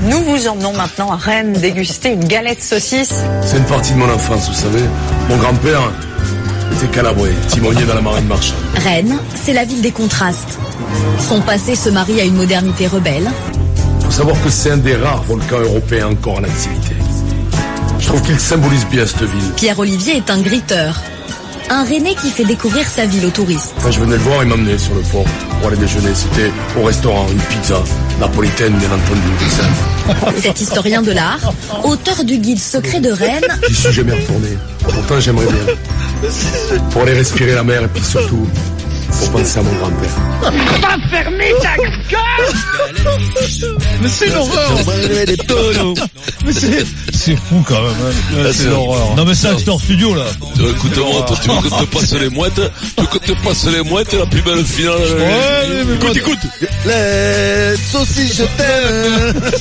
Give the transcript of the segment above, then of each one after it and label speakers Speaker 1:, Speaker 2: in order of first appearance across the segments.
Speaker 1: Nous vous emmenons maintenant à Rennes déguster une galette saucisse.
Speaker 2: C'est une partie de mon enfance, vous savez. Mon grand-père était calabrais, timonier dans la marine marchande.
Speaker 3: Rennes, c'est la ville des contrastes. Son passé se marie à une modernité rebelle.
Speaker 2: Faut savoir que c'est un des rares volcans européens encore en activité. Je trouve qu'il symbolise bien cette ville.
Speaker 3: Pierre-Olivier est un griteur. Un Rennais qui fait découvrir sa ville aux touristes.
Speaker 2: Quand je venais le voir, il m'emmenait sur le port pour aller déjeuner. C'était au restaurant, une pizza napolitaine, bien entendu. tout ça.
Speaker 3: Cet historien de l'art, auteur du guide secret de Rennes,
Speaker 2: J'y suis jamais retourné. Pourtant, j'aimerais bien. Pour aller respirer la mer et puis surtout, pour penser à mon grand-père.
Speaker 4: Mais c'est l'horreur Mais c'est c'est fou quand même.
Speaker 5: Ah,
Speaker 4: hein. Ouais,
Speaker 6: c'est l'horreur.
Speaker 4: Non mais ça, c'est hors studio là.
Speaker 6: Écoute-moi, toi, tu veux que te passe les mouettes, tu veux que te passe les mouettes, la plus belle finale.
Speaker 4: Ouais, mais- mais
Speaker 6: écoute,
Speaker 4: moi-
Speaker 6: écoute.
Speaker 7: Les saucisses, je t'aime.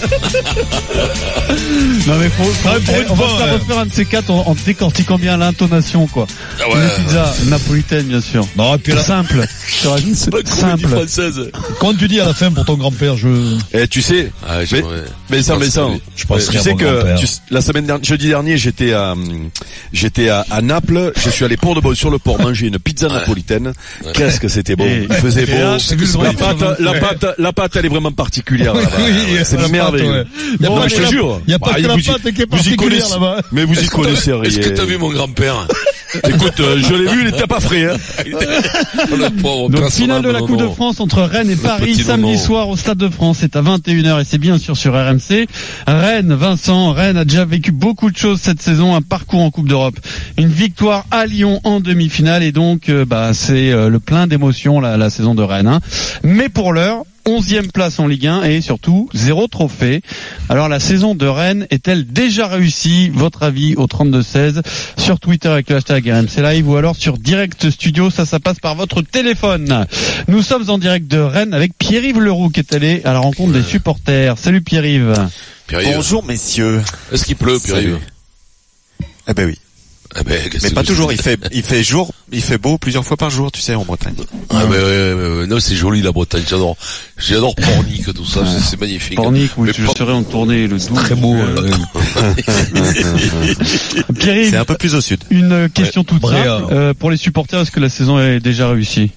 Speaker 5: Non mais faut,
Speaker 4: Ah, pour
Speaker 5: eh,
Speaker 4: une
Speaker 5: on
Speaker 4: fois,
Speaker 5: va se la
Speaker 4: ouais.
Speaker 5: refaire un de ces quatre en, en décortiquant bien l'intonation quoi.
Speaker 6: Ah
Speaker 5: Une
Speaker 6: ouais.
Speaker 5: pizza napolitaine bien sûr.
Speaker 4: Non, et puis à la,
Speaker 5: Simple. Je rajoute,
Speaker 6: La comédie
Speaker 5: simple.
Speaker 6: française.
Speaker 4: quand tu dis à la fin pour ton grand-père, je...
Speaker 8: Eh, tu sais,
Speaker 6: Ah,
Speaker 8: mais,
Speaker 6: j'aimerais-
Speaker 8: mais ça,
Speaker 6: Je
Speaker 8: mais
Speaker 6: pense
Speaker 8: ça, hein.
Speaker 6: que oui.
Speaker 4: Je penserai
Speaker 8: tu
Speaker 4: à
Speaker 8: sais
Speaker 4: mon grand-père.
Speaker 8: que tu- la semaine dernière, jeudi dernier, j'étais à, hum, j'étais à, à Naples. Je suis allé pour de bon sur le port manger une pizza napolitaine. Qu'est-ce que c'était bon
Speaker 5: Et-
Speaker 8: Il faisait
Speaker 4: et là,
Speaker 8: beau.
Speaker 4: c'est plus
Speaker 8: La
Speaker 4: vrai.
Speaker 8: pâte, la pâte, la pâte, elle est vraiment particulière. là-bas. Ah
Speaker 4: Oui,
Speaker 8: c'est
Speaker 4: la pâte, ouais.
Speaker 8: merveilleux.
Speaker 4: Y a
Speaker 8: Non,
Speaker 4: pas
Speaker 8: mais
Speaker 4: que
Speaker 8: je te
Speaker 4: la-
Speaker 8: jure.
Speaker 4: y a pas
Speaker 8: Bah,
Speaker 4: que la
Speaker 8: vous y-
Speaker 4: pâte qui est
Speaker 8: vous y
Speaker 4: particulière
Speaker 8: connaissez-
Speaker 4: là-bas.
Speaker 8: Mais vous y connaissez rien.
Speaker 6: Est-ce que t'as vu mon grand-père
Speaker 8: Écoute, euh, je l'ai vu, il était pas frais. Hein.
Speaker 6: Le pauvre
Speaker 5: Donc
Speaker 6: personne
Speaker 5: finale de la
Speaker 6: non,
Speaker 5: Coupe de
Speaker 6: non.
Speaker 5: France entre Rennes et Paris
Speaker 6: petit
Speaker 5: samedi
Speaker 6: moment.
Speaker 5: soir au Stade de France. C'est à 21h et c'est bien sûr sur RMC. Rennes, Vincent, Rennes a déjà vécu beaucoup de choses cette saison, un parcours en Coupe d'Europe, une victoire à Lyon en demi-finale et donc euh, bah, c'est euh, le plein d'émotions la, la saison de Rennes. hein. Mais pour l'heure. 11e place en Ligue 1 et surtout zéro trophée. Alors la saison de Rennes est-elle déjà réussie Votre avis au 32-16 sur Twitter avec le hashtag RMC Live ou alors sur Direct Studio, ça ça passe par votre téléphone. Nous sommes en direct de Rennes avec Pierre-Yves Leroux qui est allé à la rencontre des supporters. Salut Pierre-Yves.
Speaker 6: Pierre-Yves.
Speaker 7: Bonjour messieurs.
Speaker 6: Est-ce qu'il pleut, Pierre-Yves
Speaker 7: Salut. Eh ben oui,
Speaker 6: Ah ben, qu'est-ce
Speaker 7: mais
Speaker 6: que
Speaker 7: pas
Speaker 6: tu-
Speaker 7: toujours. Il fait, il fait jour, il fait beau plusieurs fois par jour, tu sais, en Bretagne.
Speaker 6: Ah ben, ouais, ouais, ouais, ouais. non, c'est joli la Bretagne, j'adore. J'adore Pornic, tout ça, c'est- c'est magnifique.
Speaker 5: Pornic où
Speaker 6: Mais
Speaker 5: tu
Speaker 6: pas-
Speaker 5: serais en tournée le 12.
Speaker 4: Très beau. euh,
Speaker 7: C'est
Speaker 5: Pierre-Yves,
Speaker 7: un peu plus au sud.
Speaker 5: une question toute
Speaker 4: Bréa.
Speaker 5: simple. Euh, pour les supporters, est-ce que la saison est déjà réussie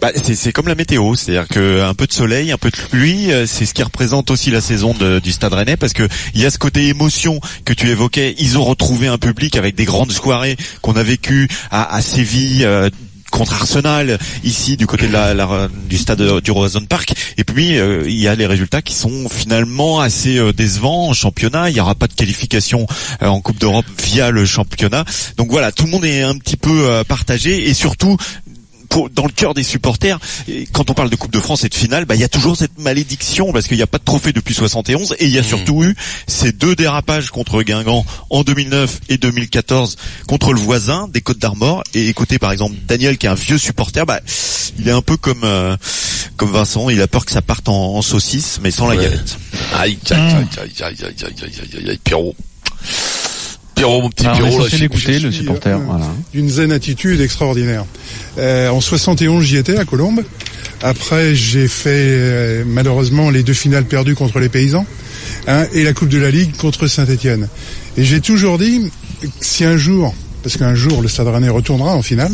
Speaker 7: Bah, c'est, c'est comme la météo, c'est-à-dire que un peu de soleil, un peu de pluie, euh, c'est ce qui représente aussi la saison de- du Stade Rennais, parce que il y a ce côté émotion que tu évoquais. Ils ont retrouvé un public avec des grandes soirées qu'on a vécues à, à Séville. euh, contre Arsenal ici du côté de la, la- du stade euh, du Roazhon Park et puis euh, il y a les résultats qui sont finalement assez euh, décevants en championnat il n'y aura pas de qualification euh, en Coupe d'Europe via le championnat donc voilà tout le monde est un petit peu euh, partagé et surtout pour- dans le cœur des supporters, et quand on parle de Coupe de France et de finale, bah, il y a toujours cette malédiction parce qu'il n'y a pas de trophée depuis 71 et il y a surtout eu ces deux dérapages contre Guingamp en 2009 et 2014 contre le voisin des Côtes d'Armor. Et écoutez, par exemple, Daniel qui est un vieux supporter, bah, il est un peu comme, euh, comme Vincent, il a peur que ça parte en, en saucisse mais sans la
Speaker 6: Ouais.
Speaker 7: galette.
Speaker 6: Aïe, aïe, aïe, aïe, aïe, aïe, aïe, aïe, aïe, aïe, aïe, Pierrot. Pierrot, mon petit
Speaker 5: Alors, On est
Speaker 6: Pierrot, là,
Speaker 5: censé
Speaker 6: je-
Speaker 5: l'écouter,
Speaker 9: je
Speaker 5: le
Speaker 9: suis,
Speaker 5: supporter.
Speaker 9: euh,
Speaker 5: voilà.
Speaker 9: d'une zen attitude extraordinaire. Euh, en 71, j'y étais à Colombes. Après, j'ai fait euh, malheureusement les deux finales perdues contre les paysans hein, et la Coupe de la Ligue contre Saint-Étienne. Et j'ai toujours dit que si un jour, parce qu'un jour le Stade Rennais retournera en finale,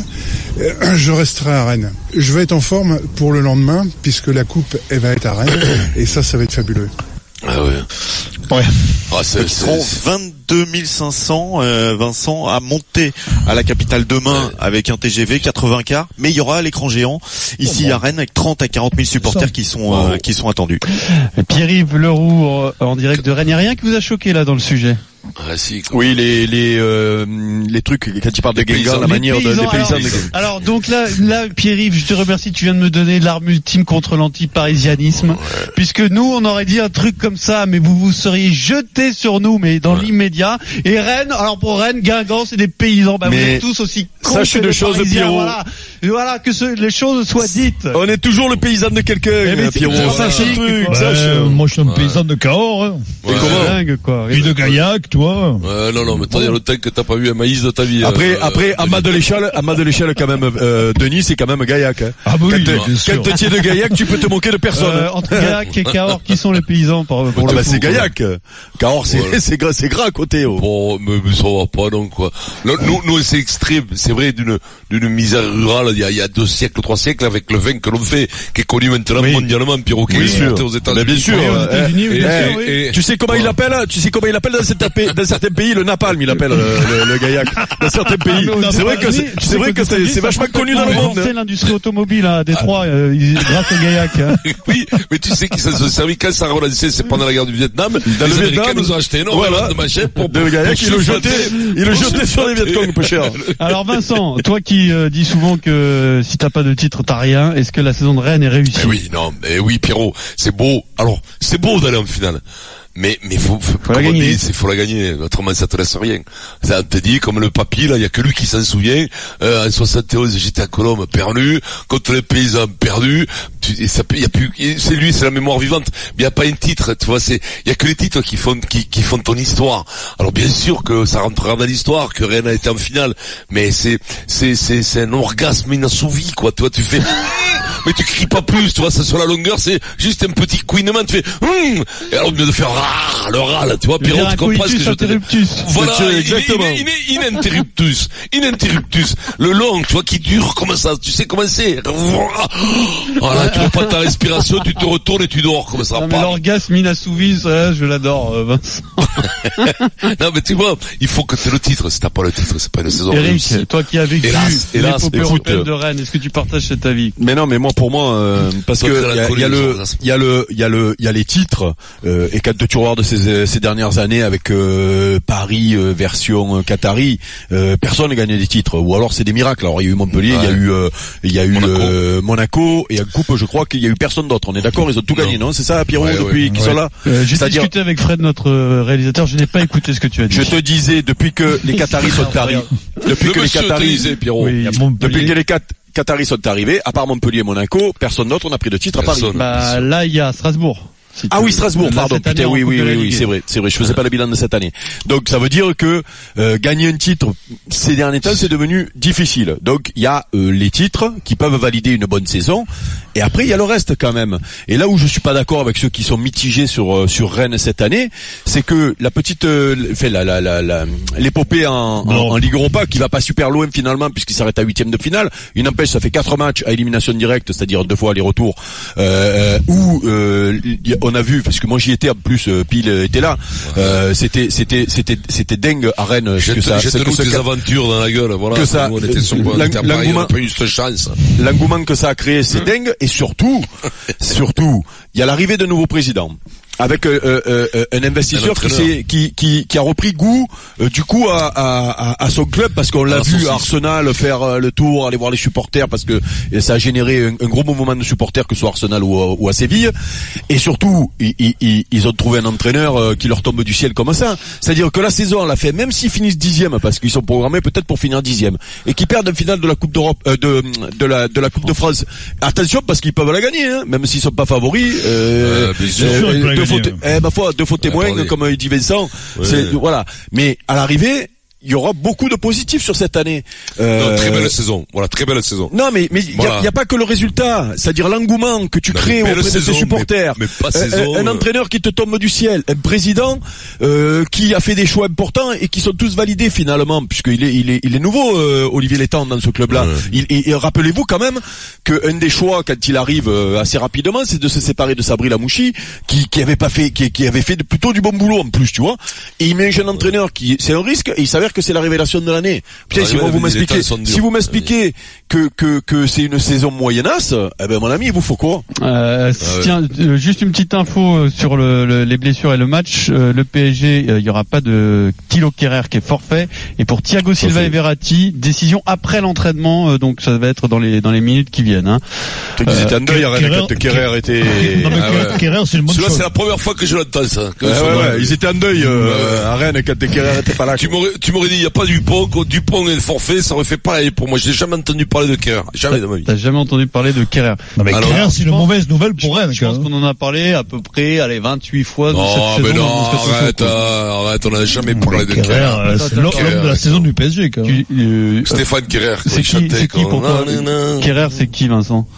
Speaker 9: euh, je resterai à Rennes. Je vais être en forme pour le lendemain puisque la Coupe elle va être à Rennes et ça, ça va être fabuleux.
Speaker 6: Ah ouais.
Speaker 4: Ouais.
Speaker 6: Ah, c'est,
Speaker 7: Ils
Speaker 6: c'est-
Speaker 7: seront
Speaker 6: c'est-
Speaker 7: 22 500, euh, Vincent, à monter à la capitale demain avec un TGV 80 k mais il y aura l'écran géant ici à Rennes avec 30 à 40 000 supporters qui sont euh, qui sont attendus.
Speaker 5: Pierre-Yves Leroux euh, en direct de Rennes. Il y a rien qui vous a choqué là dans le sujet
Speaker 6: ah, si, quoi.
Speaker 8: Oui, les les euh, les trucs quand tu parles de Guingamp,
Speaker 6: paysans.
Speaker 8: la
Speaker 5: Les
Speaker 8: manière de,
Speaker 5: paysans,
Speaker 8: des paysans.
Speaker 5: alors,
Speaker 8: de-
Speaker 5: Alors donc là, là Pierre-Yves, je te remercie, tu viens de me donner l'arme ultime contre l'anti-parisianisme, puisque nous on aurait dit un truc comme ça, mais vous vous seriez jeté sur nous, mais dans l'immédiat. Et Rennes, alors pour Rennes, Guingamp, c'est des paysans, bah, vous
Speaker 8: Mais
Speaker 5: êtes tous aussi cons
Speaker 8: sache
Speaker 5: que
Speaker 8: une
Speaker 5: les
Speaker 8: chose,
Speaker 5: Parisiens,
Speaker 8: Pierrot.
Speaker 5: Voilà, Et voilà, que ce- les choses soient dites.
Speaker 8: On est toujours le paysan de quelqu'un,
Speaker 5: Eh mais
Speaker 8: hein,
Speaker 5: c'est-
Speaker 8: Pierrot.
Speaker 5: c'est
Speaker 8: Sache un
Speaker 5: sympathique,
Speaker 8: truc,
Speaker 4: Bah,
Speaker 5: quoi.
Speaker 8: sache.
Speaker 4: euh, moi je suis un paysan de Cahors, hein.
Speaker 6: Ouais.
Speaker 5: C'est dingue quoi.
Speaker 4: puis de Gaillac, tu toi.
Speaker 6: Euh, non, non, mais attends, il y a le temps que t'as pas vu un maïs de ta vie.
Speaker 8: Après,
Speaker 6: euh,
Speaker 8: après, à
Speaker 6: Denis.
Speaker 8: bas de l'échelle, à bas de l'échelle, quand même, euh, Denis, c'est quand même Gaillac. hein.
Speaker 4: Ah bah oui,
Speaker 8: Quand
Speaker 4: bien
Speaker 8: te-
Speaker 4: sûr.
Speaker 8: quand tu es de Gaillac, tu peux te moquer de personne.
Speaker 5: Euh, entre Gaillac et Cahors, qui sont les paysans pour, pour
Speaker 8: Ah
Speaker 5: le
Speaker 8: bah
Speaker 5: coup,
Speaker 8: c'est
Speaker 5: quoi.
Speaker 8: Gaillac. Cahors, c'est
Speaker 6: Voilà.
Speaker 8: c'est gras, c'est gras à côté. oh.
Speaker 6: Bon, mais, mais ça va pas donc quoi. Là, nous, nous c'est extrême, c'est vrai d'une d'une misère rurale il y, a, il y a deux siècles, trois siècles avec le vin que l'on fait, qui est connu maintenant
Speaker 8: Oui.
Speaker 6: mondialement, Pierrot, qui
Speaker 8: Oui,
Speaker 6: est
Speaker 8: sûr.
Speaker 6: exporté aux États-Unis.
Speaker 8: Mais bien sûr.
Speaker 6: Voilà.
Speaker 8: euh,
Speaker 5: aux États-Unis,
Speaker 8: eh,
Speaker 5: bien
Speaker 8: eh,
Speaker 5: sûr, oui.
Speaker 8: eh, Tu sais comment il l'appelle hein Tu sais comment il l'appelle dans, certains pays- dans certains pays le napalm, il appelle euh, le, le Gaillac. Dans certains pays.
Speaker 5: Ah, mais aux
Speaker 8: C'est vrai que
Speaker 5: États-Unis,
Speaker 8: c'est c'est vrai
Speaker 5: aux
Speaker 8: que c'est
Speaker 5: États-Unis,
Speaker 8: c'est vachement
Speaker 5: ça a
Speaker 8: connu dans le
Speaker 5: complètement
Speaker 8: monde.
Speaker 5: relancé l'industrie automobile à Détroit euh, ils- grâce au Gaillac. hein.
Speaker 6: oui, mais tu sais qu'ils se sont servis quand ça a relancé, c'est pendant la guerre du Vietnam.
Speaker 8: Dans
Speaker 6: les
Speaker 8: le
Speaker 6: Américains
Speaker 8: Vietnam,
Speaker 6: nous ont acheté énormément
Speaker 8: voilà.
Speaker 6: de machins pour,
Speaker 8: De Gaillac,
Speaker 6: pour
Speaker 8: il le
Speaker 6: se
Speaker 8: jetait,
Speaker 6: flatter.
Speaker 8: il le jetait sur les Vietcong, peu cher.
Speaker 5: Alors Vincent, toi qui euh, dis souvent que euh, si t'as pas de titre t'as rien, est-ce que la saison de Rennes est réussie
Speaker 6: Eh oui, non, mais oui, Pierrot, c'est beau. Alors, c'est beau d'aller en finale. Mais, mais faut, faut,
Speaker 5: la
Speaker 6: comme on
Speaker 5: gagner.
Speaker 6: dit, c'est- faut la gagner. Autrement, ça te laisse rien. Ça te dit, comme le papy, là, il y a que lui qui s'en souvient. Euh, en 71, j'étais à Colombe, perdu. Contre les paysans, perdu. Tu- et ça, peut- il y a plus, et c'est lui, c'est la mémoire vivante. Mais il n'y a pas un titre, tu vois, c'est, il y a que les titres qui font, qui, qui font ton histoire. Alors, bien sûr que ça rentrera dans l'histoire, que Rennes a été en finale. Mais c'est, c'est, c'est, c'est un orgasme inassouvi, quoi. Toi, tu fais, mais tu cries pas plus, tu vois, ça sur la longueur, c'est juste un petit couinement, tu fais, hum, et alors, au lieu de faire, rare, le râle, tu vois,
Speaker 5: Je veux
Speaker 6: Pierrot,
Speaker 5: dire,
Speaker 6: tu
Speaker 5: un
Speaker 6: comprends ce que
Speaker 5: coitus
Speaker 6: je te dis.
Speaker 5: interruptus.
Speaker 6: Voilà,
Speaker 8: Tu-
Speaker 6: il est-
Speaker 8: exactement.
Speaker 6: il est- il est ininterruptus, ininterruptus, le long, tu vois, qui dure comme ça, tu sais comment c'est. Voilà, tu vois pas ta respiration, tu te retournes et tu dors comme ça.
Speaker 5: Non, mais
Speaker 6: Pam.
Speaker 5: l'orgasme inassouvi, ça, je l'adore euh, Vincent.
Speaker 6: Non, mais tu vois, il faut que c'est le titre, si t'as pas le titre, c'est pas une saison réussie.
Speaker 5: Eric, toi qui as vécu
Speaker 6: Hélas, hélas,
Speaker 5: l'épopée
Speaker 6: écoute,
Speaker 5: européenne
Speaker 6: euh,
Speaker 5: de Rennes, est-ce que tu partages cet avis
Speaker 8: Mais non, mais moi pour moi, euh, parce que
Speaker 6: Toi, t'as la
Speaker 8: il y a- il y,
Speaker 6: colline,
Speaker 8: a le,
Speaker 6: Jean,
Speaker 8: il y a le, il y a le, il y a les titres euh, et quatre de tiroir de ces, ces dernières années avec euh, Paris euh, version euh, Qatari. euh, personne n'a gagné des titres, ou alors c'est des miracles. Alors il y a eu Montpellier, il y a
Speaker 6: Ouais.
Speaker 8: eu, euh, il y a eu
Speaker 6: Monaco.
Speaker 8: euh, Monaco et à coupe, je crois qu'il y a eu personne d'autre. On est d'accord, ils ont tout gagné, non, C'est ça, Pierrot,
Speaker 6: Ouais, ouais,
Speaker 8: depuis qu'ils sont là.
Speaker 5: Euh, J'ai
Speaker 8: C'est-à-dire-
Speaker 5: discuté avec Fred, notre euh, réalisateur, je n'ai pas écouté ce que tu as dit.
Speaker 8: Je te disais depuis que les Qataris sont arrivés, depuis
Speaker 6: Le
Speaker 8: que les
Speaker 6: monsieur
Speaker 8: Qataris,
Speaker 6: autorisé, Pierrot.
Speaker 5: Oui,
Speaker 8: depuis que
Speaker 5: Montpellier.
Speaker 8: les Qat- Qataris sont arrivés, à part Montpellier et Monaco, personne d'autre n'a pris de titre à Paris.
Speaker 6: Personne.
Speaker 5: Bah, là, il y a Strasbourg. si
Speaker 8: Ah
Speaker 5: tu
Speaker 8: oui,
Speaker 5: veux.
Speaker 8: Strasbourg,
Speaker 5: Là,
Speaker 8: pardon.
Speaker 5: cette année,
Speaker 8: Putain,
Speaker 5: en
Speaker 8: oui,
Speaker 5: Coupe
Speaker 8: oui,
Speaker 5: de la
Speaker 8: oui, oui,
Speaker 5: Ligue.
Speaker 8: c'est vrai, c'est vrai. Je faisais pas le bilan de cette année. Donc ça veut dire que euh, gagner un titre ces derniers temps, c'est devenu difficile. Donc il y a euh, les titres qui peuvent valider une bonne saison, et après il y a le reste quand même. Et là où je suis pas d'accord avec ceux qui sont mitigés sur euh, sur Rennes cette année, c'est que la petite, euh, l- fait la la la la- l'épopée en, en, en Ligue Europa qui va pas super loin finalement puisqu'il s'arrête à huitième de finale. Il n'empêche, ça fait quatre matchs à élimination directe, c'est-à-dire deux fois aller-retour, euh, où euh, il y a- on a vu, parce que moi j'y étais en plus, euh, pile euh, était là, euh, c'était c'était c'était c'était dingue à Rennes euh, ce
Speaker 6: Je
Speaker 8: que
Speaker 6: te,
Speaker 8: ça,
Speaker 6: je
Speaker 8: ce
Speaker 6: te
Speaker 8: que
Speaker 6: loue
Speaker 8: ce
Speaker 6: des
Speaker 8: qu'a-
Speaker 6: aventures dans la gueule, voilà.
Speaker 8: que ça-
Speaker 6: Nous, on était sur, on
Speaker 8: l'eng-
Speaker 6: était à Paris, on
Speaker 8: l'engouement-
Speaker 6: a pas eu cette chance.
Speaker 8: l'engouement que ça a créé,
Speaker 6: Mmh.
Speaker 8: c'est dingue. Et surtout, surtout, il y a l'arrivée d'un nouveau président. Avec euh, euh, euh, un
Speaker 6: Un
Speaker 8: investisseur qui,
Speaker 6: entraîneur.
Speaker 8: s'est- qui, qui, qui a repris goût euh, du coup à, à, à- à son club parce qu'on l'a
Speaker 6: la
Speaker 8: vu
Speaker 6: saucisse.
Speaker 8: à Arsenal faire euh, le tour, aller voir les supporters parce que euh, ça a généré un, un gros mouvement de supporters que ce soit Arsenal ou, à- ou à Séville. Et surtout, i- i- i- ils ont trouvé un entraîneur euh, qui leur tombe du ciel comme ça. C'est-à-dire que la saison, on l'a fait, même s'ils finissent dixième, parce qu'ils sont programmés peut-être pour finir dixième, et qu'ils perdent en finale de la Coupe d'Europe, euh, de, de la, de la Coupe de France. Attention, parce qu'ils peuvent la gagner, hein, même s'ils sont pas favoris. Euh,
Speaker 6: Euh, bien sûr,
Speaker 4: ils peuvent la
Speaker 8: deux
Speaker 4: gagner,
Speaker 8: faux, té-
Speaker 4: ouais.
Speaker 8: eh, ma foi, deux faux témoins,
Speaker 6: attendez.
Speaker 8: comme euh, dit Vincent.
Speaker 6: Ouais.
Speaker 8: C'est, voilà. Mais à l'arrivée, il y aura beaucoup de positifs sur cette année. Euh,
Speaker 6: Non, très belle saison. Voilà, très belle saison.
Speaker 8: non, mais mais il n'y a,
Speaker 6: Voilà.
Speaker 8: y a pas que le résultat, c'est-à-dire l'engouement que tu
Speaker 6: Non, mais
Speaker 8: crées
Speaker 6: belle
Speaker 8: auprès de
Speaker 6: saison,
Speaker 8: tes
Speaker 6: mais-
Speaker 8: supporters.
Speaker 6: mais pas
Speaker 8: Euh,
Speaker 6: saison,
Speaker 8: un, un
Speaker 6: euh.
Speaker 8: entraîneur qui te tombe du ciel, un président euh, qui a fait des choix importants et qui sont tous validés finalement, puisqu'il est il est il est nouveau euh, Olivier Létang dans ce club-là.
Speaker 6: Ouais.
Speaker 8: Il- et, et rappelez-vous quand même que un des choix quand il arrive euh, assez rapidement, c'est de se séparer de Sabri Lamouchi, qui qui avait pas fait qui, qui avait fait de- plutôt du bon boulot en plus, tu vois. Et il met un jeune entraîneur qui c'est un risque et il s'avère que c'est la révélation de l'année. Putain,
Speaker 6: Ouais,
Speaker 8: si
Speaker 6: ouais,
Speaker 8: moi vous
Speaker 6: les
Speaker 8: m'expliquez,
Speaker 6: temps sont durs.
Speaker 8: si vous m'expliquez que que que c'est une saison moyennasse, eh ben mon ami, il vous faut quoi
Speaker 5: Euh,
Speaker 6: Ah
Speaker 5: tiens, euh, juste une petite info euh, sur le- le- les blessures et le match. Euh, le PSG, euh, il y aura pas de Thilo Kerrer qui est forfait. Et pour Thiago Silva et Verratti, décision après l'entraînement. euh, donc ça va être dans les dans les minutes qui viennent. Hein.
Speaker 8: Ils étaient en deuil,
Speaker 4: Euh, Kerrer-
Speaker 8: Rennes, quand
Speaker 4: Kerrer-
Speaker 8: Kerrer était.
Speaker 4: Non mais
Speaker 6: Ah
Speaker 4: Kerrer-
Speaker 6: ouais.
Speaker 4: Kerrer, c'est une bonne
Speaker 6: Cela,
Speaker 4: chose.
Speaker 6: c'est la première fois que je l'entends, ça. Que
Speaker 8: Ouais,
Speaker 6: son
Speaker 8: ouais,
Speaker 6: nom-
Speaker 4: Mmh.
Speaker 8: ouais, ils étaient en deuil euh, à Rennes quand Kerrer était pas là.
Speaker 6: Tu
Speaker 8: quoi.
Speaker 6: m'aurais, tu m'aurait dit, il n'y a pas Dupont, que Dupont est le forfait, ça aurait fait pareil pour moi. J'ai jamais entendu parler de Kerr. Jamais de ma vie.
Speaker 5: T'as jamais entendu parler de Kerrer.
Speaker 4: Non, mais
Speaker 6: Alors,
Speaker 4: Kerrer, c'est une
Speaker 5: je pense-
Speaker 4: mauvaise nouvelle
Speaker 5: Je,
Speaker 4: pour Rennes,
Speaker 5: je
Speaker 4: quand
Speaker 5: pense
Speaker 4: même.
Speaker 5: qu'on en a parlé à peu près, allez, 28 fois de
Speaker 6: Non,
Speaker 5: cette
Speaker 6: mais
Speaker 5: saison.
Speaker 6: non,
Speaker 5: dans ce que ce soit,
Speaker 6: arrête,
Speaker 5: quoi.
Speaker 6: euh, arrête, on n'a jamais parlé de
Speaker 4: Kerrer,
Speaker 6: Kerr.
Speaker 4: euh, c'est l'homme
Speaker 6: Kerrer,
Speaker 4: l'homme de la
Speaker 6: c'est
Speaker 4: saison du PSG, quand même.
Speaker 5: Tu- euh,
Speaker 6: Stéphane Kerrer, quand
Speaker 5: C'est
Speaker 6: il
Speaker 5: qui-
Speaker 6: chantait,
Speaker 5: c'est qui
Speaker 6: quand-
Speaker 5: pour toi
Speaker 6: Non, non, non.
Speaker 5: Kerrer, c'est qui, Vincent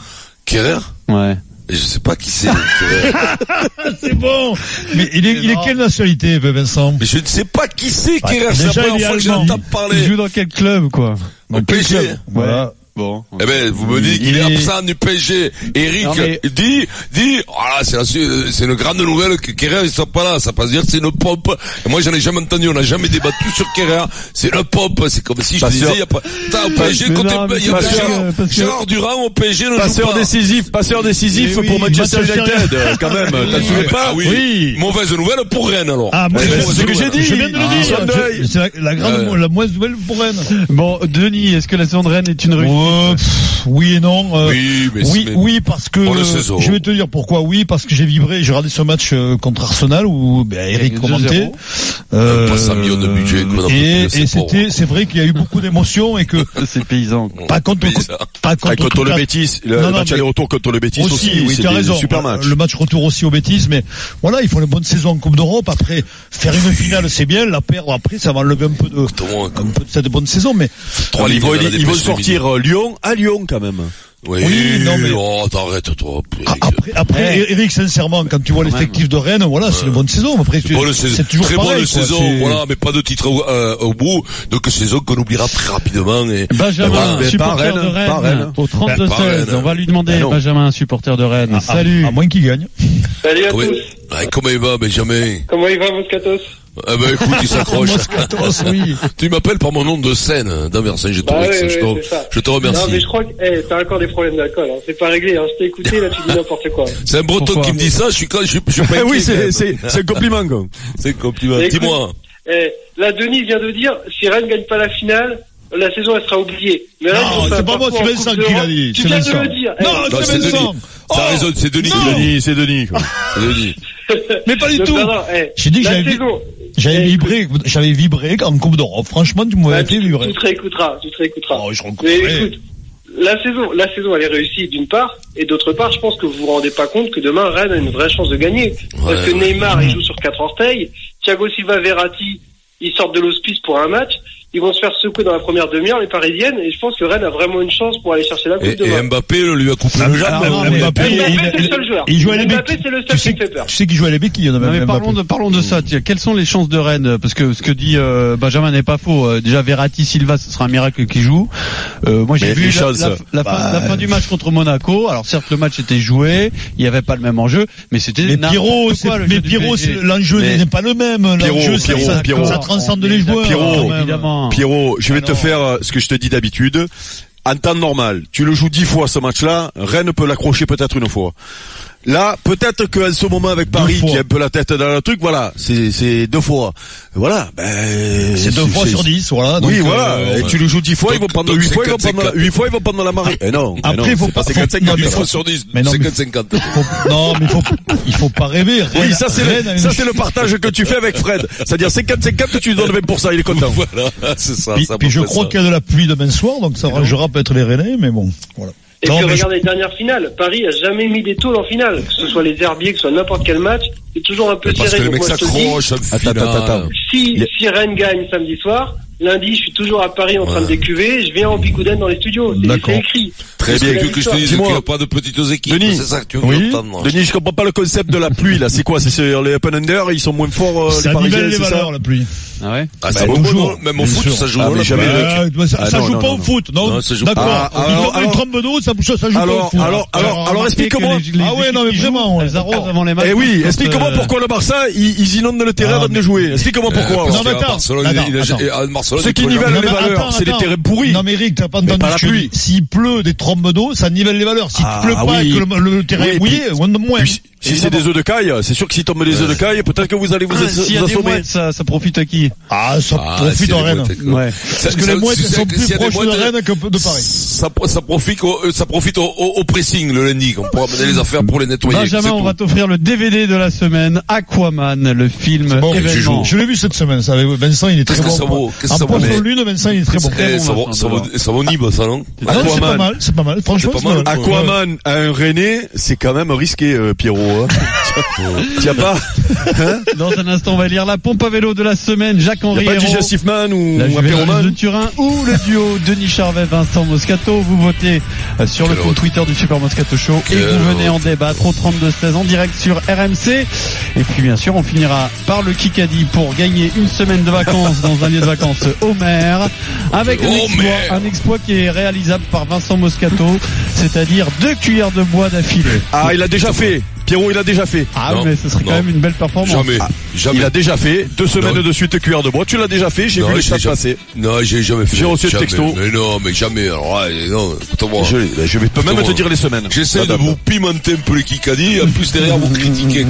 Speaker 6: Kerrer?
Speaker 5: Ouais.
Speaker 6: Je sais pas qui c'est, Kerrer.
Speaker 4: C'est bon Mais il est, il est quelle nationalité, euh, Vincent
Speaker 6: Mais je ne sais pas qui c'est,
Speaker 4: Ouais,
Speaker 6: Kerrer. C'est la
Speaker 4: déjà,
Speaker 6: première
Speaker 4: il est
Speaker 6: fois que
Speaker 4: allemand.
Speaker 6: j'entends
Speaker 5: Il
Speaker 6: parler.
Speaker 5: joue dans quel club, quoi
Speaker 6: Au PSG.
Speaker 4: Voilà.
Speaker 5: Bon.
Speaker 6: Eh ben, vous me dites qu'il
Speaker 5: Il
Speaker 6: est
Speaker 5: est-
Speaker 6: absent du PSG. Eric,
Speaker 5: Non, mais-
Speaker 6: dit, dit, ah là, c'est la su- euh, c'est une grande nouvelle que Kerrer, il soit pas là. Ça passe dire que c'est une pompe. Et moi, j'en ai jamais entendu. On n'a jamais débattu sur Kerrer. C'est une pompe. C'est comme si je
Speaker 8: Pas
Speaker 6: disais,
Speaker 8: sûr.
Speaker 6: il y a pas, Putain, au PSG,
Speaker 5: mais
Speaker 6: côté,
Speaker 5: non, mais
Speaker 6: il y a
Speaker 5: parce
Speaker 6: pas
Speaker 5: que-
Speaker 6: Gérard,
Speaker 5: parce que-
Speaker 6: Gérard Durand au PSG ne joue
Speaker 8: Passeur
Speaker 6: pas.
Speaker 8: décisif, passeur décisif
Speaker 4: Mais Eh oui,
Speaker 8: pour Eh Manchester
Speaker 4: Manchester
Speaker 8: United, euh, quand même. T'as
Speaker 6: Ah,
Speaker 8: souviens
Speaker 6: mais-
Speaker 8: pas
Speaker 6: ah oui. Mauvaise nouvelle pour Rennes, alors.
Speaker 4: Ah, moi,
Speaker 6: Eh ben,
Speaker 4: je-
Speaker 6: c'est
Speaker 8: ce que j'ai dit.
Speaker 4: Je viens de
Speaker 8: Ah,
Speaker 4: le
Speaker 8: sur le
Speaker 4: dire.
Speaker 8: deuil.
Speaker 4: Je- C'est la, la grande,
Speaker 6: Ouais.
Speaker 4: la mauvaise nouvelle pour Rennes.
Speaker 5: Bon, Denis, est-ce que la saison de Rennes est une réussite
Speaker 4: Ouais, pff, oui et non. euh,
Speaker 6: Oui, mais
Speaker 4: oui,
Speaker 6: c'est-
Speaker 4: oui, parce que
Speaker 6: Pour le saison.
Speaker 4: je vais te dire pourquoi. Oui, parce que j'ai vibré. J'ai regardé ce match euh, contre Arsenal où ben,
Speaker 5: Il y a eu
Speaker 4: Eric commentait.
Speaker 5: 2-0.
Speaker 4: Euh,
Speaker 6: Pas 5 millions de budget, quoi, non
Speaker 4: Et,
Speaker 6: plus, c'est
Speaker 4: et
Speaker 6: pauvre.
Speaker 4: c'était, c'est vrai qu'il y a eu beaucoup d'émotions et que
Speaker 5: C'est paysan. quoi.
Speaker 4: pas contre,
Speaker 6: Mais ça-
Speaker 4: pas
Speaker 8: Ah,
Speaker 4: contre,
Speaker 8: contre
Speaker 4: toute
Speaker 8: le
Speaker 4: la-
Speaker 8: Bétis, le
Speaker 4: Non, non,
Speaker 8: match
Speaker 4: mais-
Speaker 8: aller-retour contre le Bétis aussi,
Speaker 4: oui,
Speaker 8: c'était
Speaker 4: tu as raison.
Speaker 8: un super match.
Speaker 4: Le match retour aussi aux bêtises, mais voilà, ils font une bonne saison en Coupe d'Europe. Après, faire une finale, c'est bien. La perdre après, ça va enlever un peu de,
Speaker 6: Écoute-moi,
Speaker 4: un peu de cette bonne saison, mais
Speaker 6: Trois
Speaker 8: ils
Speaker 6: lignes
Speaker 8: vont,
Speaker 6: dans la
Speaker 8: ils vont
Speaker 6: dépêche
Speaker 8: sortir euh, Lyon à Lyon quand même.
Speaker 6: Oui,
Speaker 4: Oui, non, mais-
Speaker 6: oh, t'arrêtes, toi.
Speaker 10: Ah,
Speaker 4: a- après,
Speaker 6: eh.
Speaker 4: après, Eric, sincèrement, quand tu vois l'effectif de Rennes, voilà, c'est une bonne saison. Après, tu-
Speaker 6: Bonne saison.
Speaker 4: c'est toujours
Speaker 6: Très
Speaker 4: pareil,
Speaker 6: bonne
Speaker 4: quoi.
Speaker 6: saison,
Speaker 4: C'est-
Speaker 6: voilà, mais pas de titre au, euh, au bout. Donc, saison qu'on oubliera très rapidement. Et,
Speaker 5: Benjamin,
Speaker 8: Ben, ben,
Speaker 5: supporter
Speaker 8: par
Speaker 5: de
Speaker 8: Rennes,
Speaker 5: Rennes, Eh
Speaker 8: par Rennes.
Speaker 5: au 32
Speaker 6: Ben, Eh par
Speaker 5: 16.
Speaker 6: Rennes.
Speaker 5: On va lui demander,
Speaker 8: Ben non.
Speaker 5: Benjamin, supporter de Rennes.
Speaker 4: Ah,
Speaker 5: Salut.
Speaker 4: À, à moins qu'il gagne.
Speaker 10: Salut à
Speaker 6: Oui.
Speaker 10: tous.
Speaker 6: Ah Ouais, comment il va, Benjamin
Speaker 10: Comment il va, Moscatos
Speaker 6: Eh ben, écoute, il s'accroche.
Speaker 5: Oh,
Speaker 4: Moscatos, oui.
Speaker 6: tu m'appelles par mon nom de scène d'Anversailles. J'ai trouvé
Speaker 10: Bah
Speaker 6: que ça,
Speaker 10: ouais,
Speaker 6: je,
Speaker 10: ouais,
Speaker 6: te,
Speaker 10: c'est ça.
Speaker 6: je te
Speaker 10: Non, mais
Speaker 6: remercie.
Speaker 10: je crois que eh, t'as encore des problèmes d'alcool. Hein. C'est pas réglé. Hein. Je t'ai écouté, là, tu dis n'importe quoi.
Speaker 6: C'est un breton
Speaker 5: Pourquoi
Speaker 6: qui me dit ça, je suis quand, je, suis- je suis pas
Speaker 8: Eh
Speaker 6: inquiet,
Speaker 8: oui,
Speaker 6: quand
Speaker 8: c'est
Speaker 6: même.
Speaker 8: c'est c'est un compliment quoi.
Speaker 6: C'est un compliment.
Speaker 10: Mais écoute-
Speaker 6: Dis-moi.
Speaker 10: Eh, là, Denis vient de dire, si Rennes gagne pas la finale, la saison, elle sera oubliée. Mais Rennes,
Speaker 4: Non,
Speaker 10: ils ont fait
Speaker 4: c'est
Speaker 10: un
Speaker 4: pas moi,
Speaker 10: parcours
Speaker 4: c'est Vincent
Speaker 10: en Coupe
Speaker 4: qui l'a
Speaker 10: d'Europe.
Speaker 4: dit,
Speaker 10: Tu
Speaker 4: c'est
Speaker 10: viens de
Speaker 4: Vincent.
Speaker 10: le dire. Eh,
Speaker 4: Non,
Speaker 8: ah,
Speaker 6: Non,
Speaker 4: c'est
Speaker 6: c'est
Speaker 4: Vincent.
Speaker 6: Denis. T'as
Speaker 4: Oh,
Speaker 6: raison, c'est Denis qui l'a dit.
Speaker 8: Denis, c'est Denis. quoi.
Speaker 6: C'est Denis.
Speaker 4: mais pas du
Speaker 10: le
Speaker 4: tout.
Speaker 10: Bernard, eh,
Speaker 4: J'ai dit que
Speaker 10: la
Speaker 4: j'avais,
Speaker 10: saison.
Speaker 4: j'avais
Speaker 10: Eh,
Speaker 4: vibré, j'avais vibré en Coupe d'Europe. Franchement, tu m'avais
Speaker 10: bah,
Speaker 4: fait
Speaker 10: tu,
Speaker 4: vibrer.
Speaker 10: tu te réécouteras, tu te réécouteras.
Speaker 4: Oh, je
Speaker 10: Mais
Speaker 4: rencontrais.
Speaker 10: écoute, la saison, la saison, elle est réussie d'une part, et d'autre part, je pense que vous vous rendez pas compte que demain Rennes a une vraie chance de gagner, parce que Neymar il joue sur quatre orteils, Thiago Silva, Verratti, ils sortent de l'hospice pour un match, ils vont se faire secouer dans la première demi-heure les Parisiennes, et je pense que Rennes a vraiment une chance pour aller chercher la coupe
Speaker 6: Et, et
Speaker 10: demain.
Speaker 6: Mbappé lui a coupé
Speaker 5: Ah,
Speaker 6: le jambe.
Speaker 4: non,
Speaker 6: mais-
Speaker 4: Ah, Mbappé,
Speaker 10: Mbappé,
Speaker 4: il-
Speaker 10: c'est le seul joueur.
Speaker 4: il joue à la
Speaker 10: Mbappé,
Speaker 4: béquille.
Speaker 10: c'est le seul
Speaker 4: Tu sais,
Speaker 10: qui me fait peur.
Speaker 4: tu sais qu'il joue à la béquille, il y en a
Speaker 5: Non, mais
Speaker 4: même pas
Speaker 5: parlons de, parlons de ça. Tiens, quelles sont les chances de Rennes Parce que ce que dit euh, Benjamin n'est pas faux. Euh, déjà, Verratti, Silva, ce sera un miracle qu'il joue. Euh, moi, j'ai
Speaker 8: Mais
Speaker 5: vu
Speaker 8: les bah,
Speaker 5: la,
Speaker 8: choses,
Speaker 5: la- la fin, la fin du match contre Monaco. Alors, certes, le match était joué. Il n'y avait pas le même enjeu, mais c'était
Speaker 4: Mais
Speaker 5: n'importe
Speaker 4: Pierrot,
Speaker 5: quoi,
Speaker 4: c'est-
Speaker 5: le
Speaker 4: mais
Speaker 5: jeu du
Speaker 4: Pierrot,
Speaker 5: PSG.
Speaker 4: c'est- l'enjeu
Speaker 8: Mais-
Speaker 4: n'est pas le même.
Speaker 8: Pierrot,
Speaker 4: L'enjeu, ça-
Speaker 8: Pierrot,
Speaker 4: ça,
Speaker 8: Pierrot.
Speaker 4: ça transcende les joueurs. hein,
Speaker 8: Pierrot.
Speaker 4: quand même.
Speaker 5: évidemment.
Speaker 8: Pierrot, je vais
Speaker 4: Ah
Speaker 8: te
Speaker 4: non.
Speaker 8: faire euh, ce que je te dis d'habitude. En temps normal, tu le joues dix fois ce match-là, Rennes peut l'accrocher peut-être une fois. Là, peut-être qu'en ce moment avec Paris,
Speaker 4: fois.
Speaker 8: qui a un peu la tête dans le truc, voilà, c'est c'est deux fois. Voilà, ben...
Speaker 4: C'est deux fois
Speaker 8: c'est-
Speaker 4: sur dix, voilà.
Speaker 8: Oui,
Speaker 4: donc,
Speaker 8: voilà.
Speaker 4: euh,
Speaker 8: Et tu le joues dix fois,
Speaker 6: Donc-
Speaker 8: ils vont prendre
Speaker 6: donc
Speaker 8: huit
Speaker 6: c'est
Speaker 8: fois, ils vont
Speaker 6: 4-5-4.
Speaker 8: prendre la- huit fois, ils vont prendre la marée. Eh non. eh
Speaker 4: Après,
Speaker 8: non,
Speaker 4: faut
Speaker 8: c'est
Speaker 4: pas-
Speaker 8: c'est
Speaker 4: faut-
Speaker 8: 4-5-4,
Speaker 4: non, mais
Speaker 8: ça.
Speaker 4: faut-
Speaker 6: 10 sur 10,
Speaker 4: Mais non, mais-
Speaker 6: 50-50.
Speaker 4: faut- non, mais faut, il faut pas rêver.
Speaker 8: Oui,
Speaker 4: Rennes-
Speaker 8: ça c'est
Speaker 4: Rennes a
Speaker 8: le,
Speaker 4: une
Speaker 8: ça c'est le partage que tu fais avec Fred. C'est-à-dire 54-54, tu lui donnes 20%, il est content.
Speaker 6: Voilà, c'est ça.
Speaker 4: Puis,
Speaker 6: ça
Speaker 4: puis je
Speaker 6: peut faire
Speaker 4: crois
Speaker 6: ça.
Speaker 4: qu'il y a de la pluie demain soir, donc ça arrangera peut-être les Rennais, mais bon, voilà.
Speaker 10: Et
Speaker 4: Non,
Speaker 10: puis
Speaker 4: mais je-
Speaker 10: regardez les dernières finales. Paris a jamais mis des taux en finale, que ce soit les Herbiers, que ce soit n'importe quel match. C'est toujours un peu
Speaker 6: Mais Parce
Speaker 10: serré.
Speaker 6: que les
Speaker 10: donc
Speaker 6: mecs
Speaker 10: moi, je te dis,
Speaker 6: s'accrochent en finale.
Speaker 8: attends, attends.
Speaker 10: si,
Speaker 8: Yeah.
Speaker 10: si Rennes gagne samedi soir, lundi, je suis toujours à Paris en train de décuver, je viens en Bigouden dans les studios. C'est-
Speaker 4: D'accord.
Speaker 10: C'est écrit.
Speaker 6: Très
Speaker 10: C'est
Speaker 6: bien.
Speaker 10: la
Speaker 6: Tu veux que je te
Speaker 10: victoire.
Speaker 6: dise qu'il
Speaker 8: Dis-moi.
Speaker 6: n'y a pas de petites équipes
Speaker 8: Denis. Bah,
Speaker 6: C'est ça que tu veux
Speaker 4: Oui.
Speaker 6: entendre
Speaker 8: Denis, je comprends pas le concept de la pluie là. C'est quoi C'est sur les open under, ils sont moins forts euh,
Speaker 4: Ça
Speaker 8: les
Speaker 4: nivelle
Speaker 8: Parisiens,
Speaker 4: les
Speaker 8: c'est ça
Speaker 4: valeurs, la pluie.
Speaker 5: Ah ouais
Speaker 6: Ah, ça
Speaker 8: Bah,
Speaker 6: vaut
Speaker 4: toujours,
Speaker 6: bon, non Même au
Speaker 4: bien
Speaker 6: foot,
Speaker 4: sûr.
Speaker 6: ça joue.
Speaker 8: Ah,
Speaker 6: au
Speaker 8: mais
Speaker 6: ballon.
Speaker 8: jamais
Speaker 6: Ah,
Speaker 8: le-
Speaker 4: Bah, bah, ça
Speaker 8: Ah,
Speaker 4: ça
Speaker 8: non,
Speaker 4: joue
Speaker 8: non,
Speaker 4: pas
Speaker 8: non,
Speaker 4: au
Speaker 8: non.
Speaker 4: foot, non,
Speaker 6: Non, ça joue
Speaker 4: D'accord.
Speaker 8: pas. Ah, alors,
Speaker 4: les
Speaker 8: alors-
Speaker 4: trompes de dos, ça, ça joue pas au
Speaker 8: Alors,
Speaker 4: foot.
Speaker 8: alors, alors, alors, explique-moi.
Speaker 4: Ah ouais, non, mais vraiment, hein.
Speaker 5: les arroses avant les matchs.
Speaker 8: Eh oui,
Speaker 5: contre,
Speaker 8: explique-moi
Speaker 5: euh,
Speaker 8: pourquoi le Barça ils, ils inondent le terrain
Speaker 4: Ah,
Speaker 8: avant de
Speaker 4: mais-
Speaker 8: jouer. Explique-moi pourquoi.
Speaker 6: parce
Speaker 4: Non,
Speaker 8: alors.
Speaker 4: mais
Speaker 6: qu'à
Speaker 4: attends,
Speaker 6: Ah, Barcelone,
Speaker 4: attends,
Speaker 6: il a-
Speaker 4: attends.
Speaker 6: et à Barcelone,
Speaker 8: Ceux qui
Speaker 6: ils peuvent-
Speaker 8: nivellent
Speaker 4: Non,
Speaker 8: les
Speaker 4: mais
Speaker 8: valeurs,
Speaker 4: attends,
Speaker 8: c'est les
Speaker 4: attends.
Speaker 8: terrains pourris.
Speaker 4: Non mais Eric, t'as pas
Speaker 8: Mais
Speaker 4: entendu
Speaker 8: pas la
Speaker 4: ce que je
Speaker 8: pluie.
Speaker 4: dis. S'il pleut des trombes d'eau, ça nivelle les valeurs. S'il
Speaker 8: Ah,
Speaker 4: pleut pas
Speaker 8: oui.
Speaker 4: et que le, le terrain
Speaker 8: Oui,
Speaker 4: est mouillé,
Speaker 8: puis-
Speaker 4: on de moins.
Speaker 8: Puis, si c'est des œufs de caille, c'est sûr que s'ils tombent des œufs de caille, peut-être que vous allez vous,
Speaker 5: Ah,
Speaker 8: ass-
Speaker 5: S'il y
Speaker 8: vous
Speaker 5: a des
Speaker 8: assommer.
Speaker 5: mouettes, ça, ça profite à qui
Speaker 4: Ah, ça
Speaker 6: Ah,
Speaker 4: profite
Speaker 6: c'est
Speaker 4: en
Speaker 6: les
Speaker 4: Rennes.
Speaker 6: mouettes, quoi.
Speaker 5: Ouais.
Speaker 4: Parce que les mouettes sont plus proches de Rennes que de Paris.
Speaker 6: Ça, ça profite, au, euh, ça profite au, au- au pressing le lundi. On pourra amener les affaires pour les nettoyer. c'est
Speaker 5: Benjamin, on
Speaker 6: tout.
Speaker 5: va t'offrir le DVD de la semaine, Aquaman, le film
Speaker 4: Bon,
Speaker 5: événement.
Speaker 4: je l'ai vu cette semaine, ça. avec Vincent, il est très
Speaker 6: Qu'est-ce que
Speaker 4: bon.
Speaker 6: ça vaut
Speaker 4: En
Speaker 6: Qu'est-ce que ça
Speaker 4: poisson
Speaker 6: vaut-
Speaker 4: lune, Vincent, il est très bon.
Speaker 6: Eh, ça vaut- ça vaut- ça vaut Nib, ça, non
Speaker 8: Ah,
Speaker 4: Non, c'est pas mal, c'est pas mal. Franchement,
Speaker 6: C'est
Speaker 4: c'est
Speaker 6: pas mal.
Speaker 4: pas mal.
Speaker 8: Aquaman à un René, c'est quand même risqué, euh, Pierrot. Hein. Tiens pas
Speaker 5: Dans un instant, on va lire la pompe à vélo de la semaine.
Speaker 8: Y
Speaker 5: Jacques-Henri
Speaker 8: a pas
Speaker 5: Hérault.
Speaker 8: Digestif Man ou
Speaker 5: La
Speaker 8: un
Speaker 5: Juventus de
Speaker 8: Péroman
Speaker 5: Turin ou le duo Denis Charvet, Vincent Moscato. Vous votez euh, sur le
Speaker 6: Quelle
Speaker 5: compte
Speaker 6: honte.
Speaker 5: Twitter du Super Moscato Show et
Speaker 6: Quelle
Speaker 5: vous venez en
Speaker 6: honte.
Speaker 5: débattre au 32 16 en direct sur RMC. Et puis bien sûr, on finira par le Kikadi pour gagner une semaine de vacances dans un lieu de vacances au maire avec un
Speaker 6: Au
Speaker 5: exploit,
Speaker 6: maire.
Speaker 5: un exploit qui est réalisable par Vincent Moscato, c'est-à-dire deux cuillères de bois d'affilée.
Speaker 8: Ah, il a déjà fait. Pierrot, il a déjà fait.
Speaker 5: Ah
Speaker 6: Non,
Speaker 5: mais ce serait quand
Speaker 6: non.
Speaker 5: même une belle performance.
Speaker 6: Jamais, jamais.
Speaker 8: Ah, Il a déjà fait. Deux semaines
Speaker 6: Non.
Speaker 8: de suite cuillère de bois. Tu l'as déjà fait, j'ai
Speaker 6: Non,
Speaker 8: vu le
Speaker 6: j'ai
Speaker 8: chat
Speaker 6: jamais-
Speaker 8: passer.
Speaker 6: Non, j'ai jamais fait.
Speaker 8: J'ai reçu le
Speaker 6: Jamais.
Speaker 8: texto.
Speaker 6: Mais non, mais jamais. Alors, ouais, non, écoute-moi.
Speaker 8: Je, je vais même
Speaker 6: Écoute-moi.
Speaker 8: te dire les semaines.
Speaker 6: J'essaie de
Speaker 8: Madame.
Speaker 6: vous pimenter un peu les Kikadi, en plus derrière vous critiquez, quoi.